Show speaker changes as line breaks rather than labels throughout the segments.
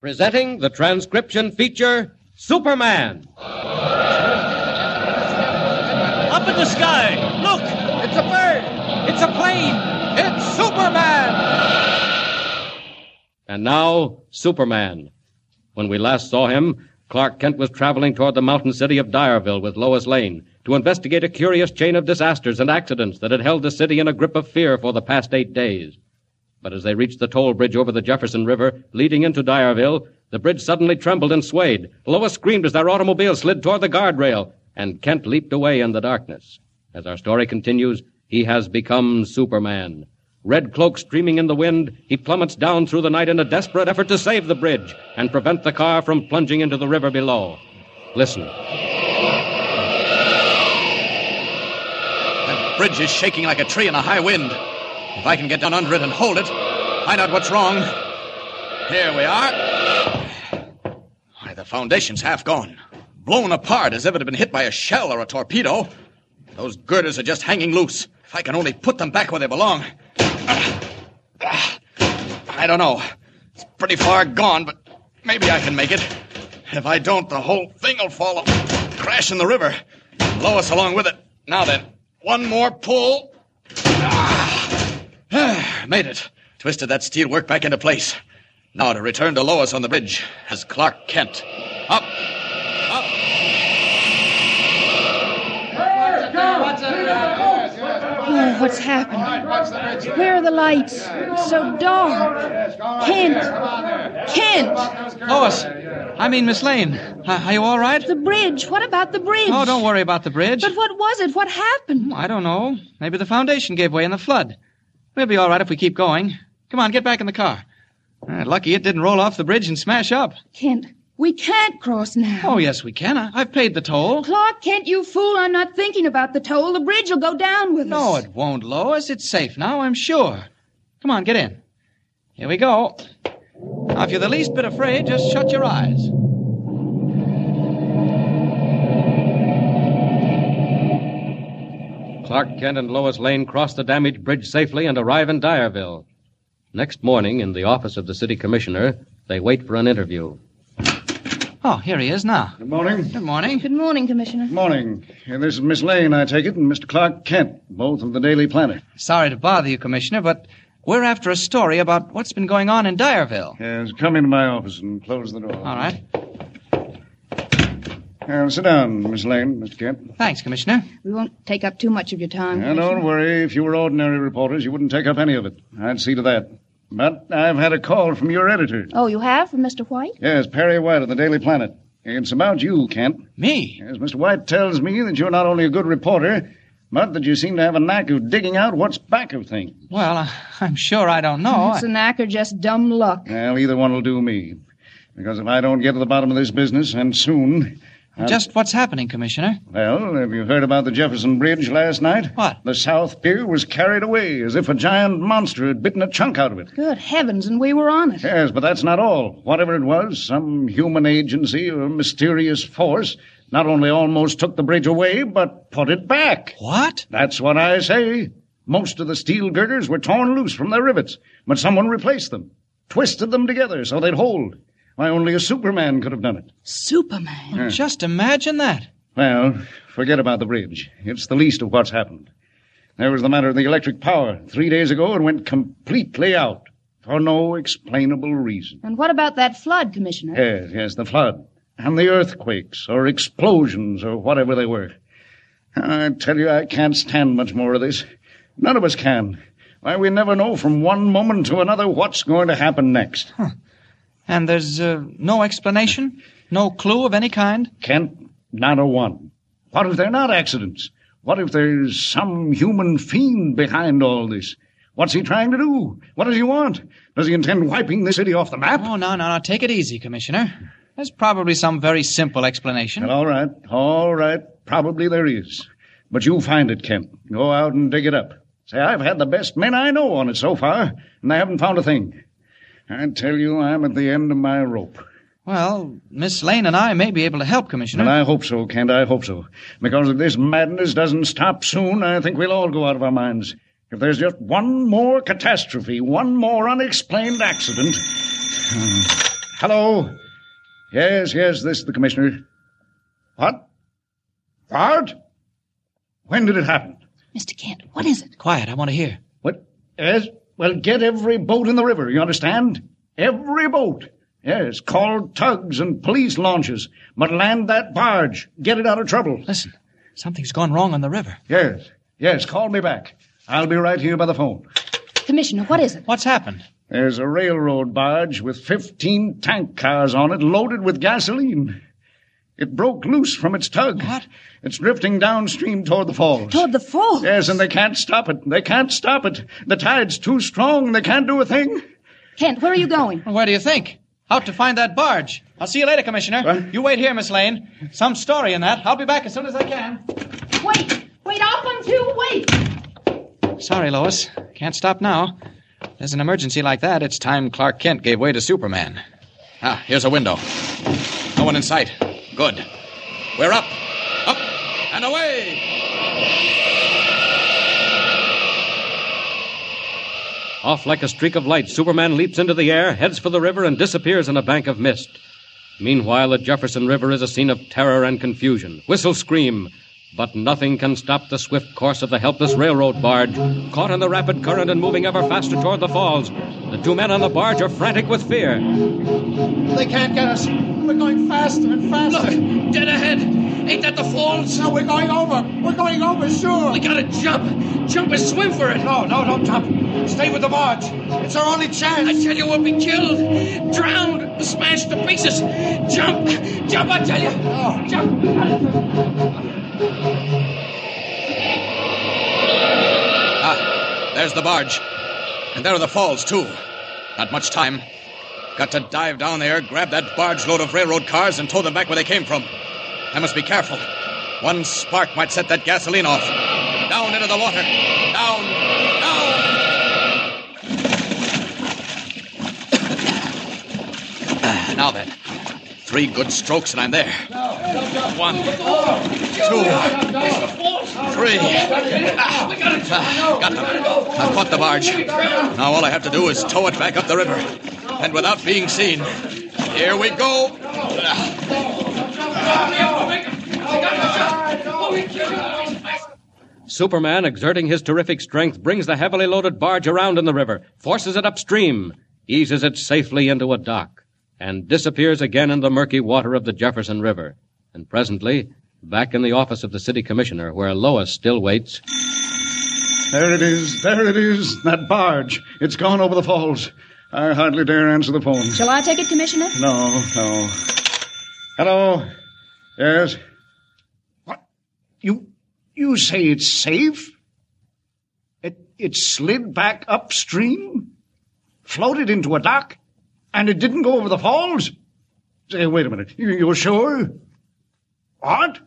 presenting the transcription feature Superman.
Up in the sky! Look!
It's a bird! It's a plane! It's Superman! And now, Superman. When we last saw him, Clark Kent was traveling toward the mountain city of Dyerville with Lois Lane to investigate a curious chain of disasters and accidents that had held the city in a grip of fear for the past eight days. But as they reached the toll bridge over the Jefferson River leading into Dyerville, the bridge suddenly trembled and swayed. Lois screamed as their automobile slid toward the guardrail, and Kent leaped away in the darkness. As our story continues, he has become Superman. Red cloak streaming in the wind, he plummets down through the night in a desperate effort to save the bridge and prevent the car from plunging into the river below. Listen.
That bridge is shaking like a tree in a high wind. If I can get down under it and hold it, find out what's wrong. Here we are. Why, the foundation's half gone. Blown apart as if it had been hit by a shell or a torpedo. Those girders are just hanging loose. If I can only put them back where they belong. Ah, ah, I don't know. It's pretty far gone, but maybe I can make it. If I don't, the whole thing'll fall a- crash in the river. Lois along with it. Now then, one more pull. Ah, made it. Twisted that steelwork back into place. Now to return to Lois on the bridge as Clark Kent. Up. Up.
Oh, what's happened? Where are the lights? It's so dark. Kent! Kent!
Lois! I mean, Miss Lane. Are, are you all right?
The bridge. What about the bridge?
Oh, don't worry about the bridge.
But what was it? What happened?
I don't know. Maybe the foundation gave way in the flood. We'll be all right if we keep going. Come on, get back in the car. Uh, lucky it didn't roll off the bridge and smash up.
Kent, we can't cross now.
Oh, yes, we can. I, I've paid the toll.
Clark, Kent, you fool. I'm not thinking about the toll. The bridge will go down with
No,
us.
Oh, it won't, Lois. It's safe now, I'm sure. Come on, get in. Here we go. Now, if you're the least bit afraid, just shut your eyes.
Clark Kent and Lois Lane cross the damaged bridge safely and arrive in Dyerville. Next morning, in the office of the city commissioner, they wait for an interview.
Oh, here he is now.
Good morning.
Good morning.
Good morning, Commissioner.
Good morning. Uh, This is Miss Lane, I take it, and Mr. Clark Kent, both of the Daily Planet.
Sorry to bother you, Commissioner, but we're after a story about what's been going on in Dyerville.
Yes, come into my office and close the door.
All right.
Now, sit down, Miss Lane, Mr. Kent.
Thanks, Commissioner.
We won't take up too much of your time.
Now,
Commissioner.
don't worry. If you were ordinary reporters, you wouldn't take up any of it. I'd see to that. But I've had a call from your editor.
Oh, you have from Mr. White?
Yes, Perry White of the Daily Planet. It's about you, Kent.
Me?
Yes, Mr. White tells me that you're not only a good reporter, but that you seem to have a knack of digging out what's back of things.
Well, uh, I'm sure I don't know.
It's a knack or just dumb luck.
Well, either one will do me. Because if I don't get to the bottom of this business, and soon. I'll-
Uh, Just what's happening, Commissioner?
Well, have you heard about the Jefferson Bridge last night?
What?
The South Pier was carried away as if a giant monster had bitten a chunk out of it.
Good heavens, and we were on it.
Yes, but that's not all. Whatever it was, some human agency or mysterious force not only almost took the bridge away, but put it back.
What?
That's what I say. Most of the steel girders were torn loose from their rivets, but someone replaced them, twisted them together so they'd hold. Why, only a Superman could have done it.
Superman.
Just imagine that.
Well, forget about the bridge. It's the least of what's happened. There was the matter of the electric power. Three days ago, it went completely out for no explainable reason.
And what about that flood, Commissioner?
Yes, yes, the flood and the earthquakes or explosions or whatever they were. I tell you, I can't stand much more of this. None of us can. Why, we never know from one moment to another what's going to happen next.
And there's uh, no explanation? No clue of any kind?
Kent, not a one. What if they're not accidents? What if there's some human fiend behind all this? What's he trying to do? What does he want? Does he intend wiping the city off the map?
Oh, no, no, no. Take it easy, Commissioner. There's probably some very simple
Well,
explanation.
all right, all right. Probably there is. But you find it, Kent. Go out and dig it up. Say, I've had the best men I know on it so far, and they haven't found a thing. I tell you, I'm at the end of my rope.
Well, Miss Lane and I may be able to help, Commissioner.
And I hope so, Kent, I hope so. Because if this madness doesn't stop soon, I think we'll all go out of our minds. If there's just one more catastrophe, one more unexplained accident. Hello? Yes, yes, this is the commissioner. What? What? When did it happen?
Mr. Kent, what is it?
Quiet, I want to hear.
What? Yes, well, get every boat in the river, you understand? Every boat. Yes, call tugs and police launches. But land that barge. Get it out of trouble.
Listen, something's gone wrong on the river.
Yes, yes, call me back. I'll be right here by the phone.
Commissioner, what is it?
What's happened?
There's a railroad barge with 15 tank cars on it loaded with gasoline. It broke loose from its tug.
What?
It's drifting downstream toward the falls.
Toward the falls.
Yes, and they can't stop it. They can't stop it. The tide's too strong. They can't do a thing.
Kent, where are you going?
Where do you think? Out to find that barge. I'll see you later, Commissioner.
What?
You wait here, Miss Lane. Some story in that. I'll be back as soon as I can.
Wait, wait, I'll come too. Wait.
Sorry, Lois. Can't stop now. There's an emergency like that. It's time Clark Kent gave way to Superman.
Ah, here's a window. No one in sight. Good. We're up. Up and away.
Off like a streak of light, Superman leaps into the air, heads for the river, and disappears in a bank of mist. Meanwhile, the Jefferson River is a scene of terror and confusion. Whistle scream. But nothing can stop the swift course of the helpless railroad barge, caught in the rapid current and moving ever faster toward the falls. The two men on the barge are frantic with fear.
They can't get us. We're going faster and faster.
Look, dead ahead. Ain't that the falls?
No, we're going over. We're going over, sure.
We gotta jump. Jump or swim for it.
No, no, don't jump. Stay with the barge. It's our only
I
chance.
tell you, we'll be killed, drowned, smashed to pieces. Jump, jump, I tell you. Jump.
Ah, there's the barge. And there are the falls, too. Not much time. Got to dive down there, grab that barge load of railroad cars, and tow them back where they came from. I must be careful. One spark might set that gasoline off. Down into the water. Down. Down. now then. Three good strokes, and I'm there. One, two, three. Ah,
We gotta jump.
Got them. I've caught the barge. Now all I have to do is tow it back up the river. And without being seen. Here we go.
Superman, exerting his terrific strength, brings the heavily loaded barge around in the river, forces it upstream, eases it safely into a dock, and disappears again in the murky water of the Jefferson River. And presently, back in the office of the city commissioner, where Lois still waits,
There it is. There it is. That barge. It's gone over the falls. I hardly dare answer the phone.
Shall I take it, Commissioner?
No, no. Hello? Yes? What? You, you say it's safe? It, it slid back upstream? Floated into a dock? And it didn't go over the falls? Say, wait a minute. You, you're sure? What?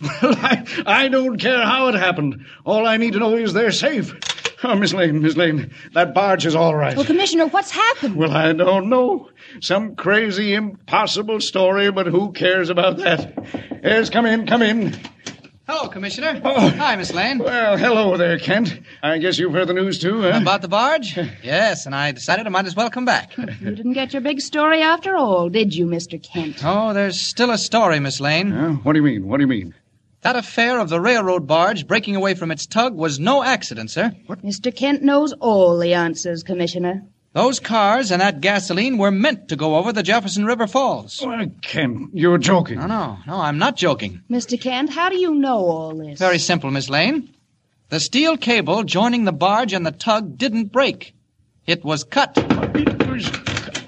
Well, I, I don't care how it happened. All I need to know is they're safe. Oh, Miss Lane, Miss Lane, that barge is all right.
Well, Commissioner, what's happened?
Well, I don't know. Some crazy, impossible story, but who cares about that? Yes, come in, come in.
Hello, Commissioner.
Oh.
Hi, Miss Lane.
Well, hello there, Kent. I guess you've heard the news too, huh?
About the barge? Yes, and I decided I might as well come back.
You didn't get your big story after all, did you, Mr. Kent?
Oh, there's still a story, Miss Lane.
Huh? What do you mean? What do you mean?
That affair of the railroad barge breaking away from its tug was no accident, sir.
Mr. Kent knows all the answers, Commissioner.
Those cars and that gasoline were meant to go over the Jefferson River Falls.
Why, Oh, uh, Kent, you're joking.
No, no, no, I'm not joking.
Mr. Kent, how do you know all this?
Very simple, Miss Lane. The steel cable joining the barge and the tug didn't break. It was cut.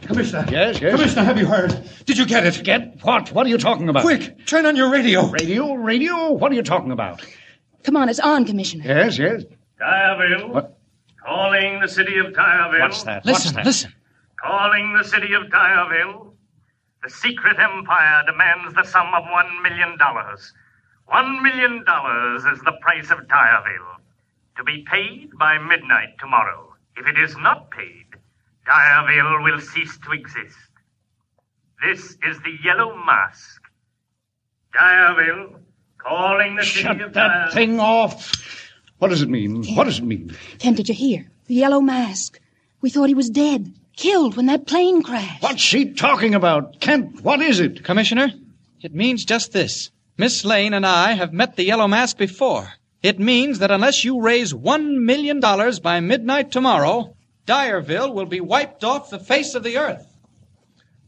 Commissioner.
Yes, yes.
Commissioner, have you heard? Did you get it?
Get what? What are you talking about?
Quick, turn on your radio.
Radio, radio? What are you talking about?
Come on, it's on, Commissioner.
Yes, yes.
Dyerville.
What?
Calling the city of Dyerville.
What's that? What's
Listen,
that?
listen.
Calling the city of Dyerville. The secret empire demands the sum of one million dollars. One million dollars is the price of Dyerville. To be paid by midnight tomorrow. If it is not paid, Dyerville will cease to exist. This is the Yellow Mask. Dyerville. Calling the
Shut
city of
that
Dyerville.
thing off. What does it mean? What does it mean?
Kent, did you hear? The yellow mask. We thought he was dead.
killed when that plane crashed.
What's she talking about? Kent, what is it?
Commissioner, it means just this. Miss Lane and I have met the Yellow Mask before. It means that unless you raise one million dollars by midnight tomorrow, Dyerville will be wiped off the face of the earth.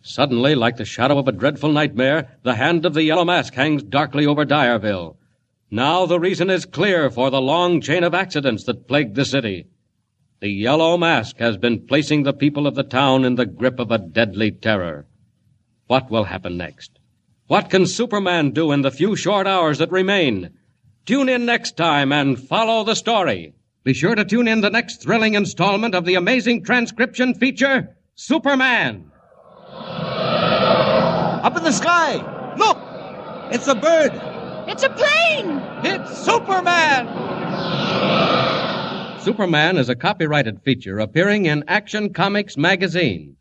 Suddenly, like the shadow of a dreadful nightmare, the hand of the Yellow Mask hangs darkly over Dyerville. Now the reason is clear for the long chain of accidents that plagued the city. The Yellow Mask has been placing the people of the town in the grip of a deadly terror. What will happen next? What can Superman do in the few short hours that remain? Tune in next time and follow the story. Be sure to tune in the next thrilling installment of the amazing transcription feature, Superman.
Up in the sky! Look! It's a bird!
It's a plane!
It's Superman!
Superman is a copyrighted feature appearing in Action Comics magazine.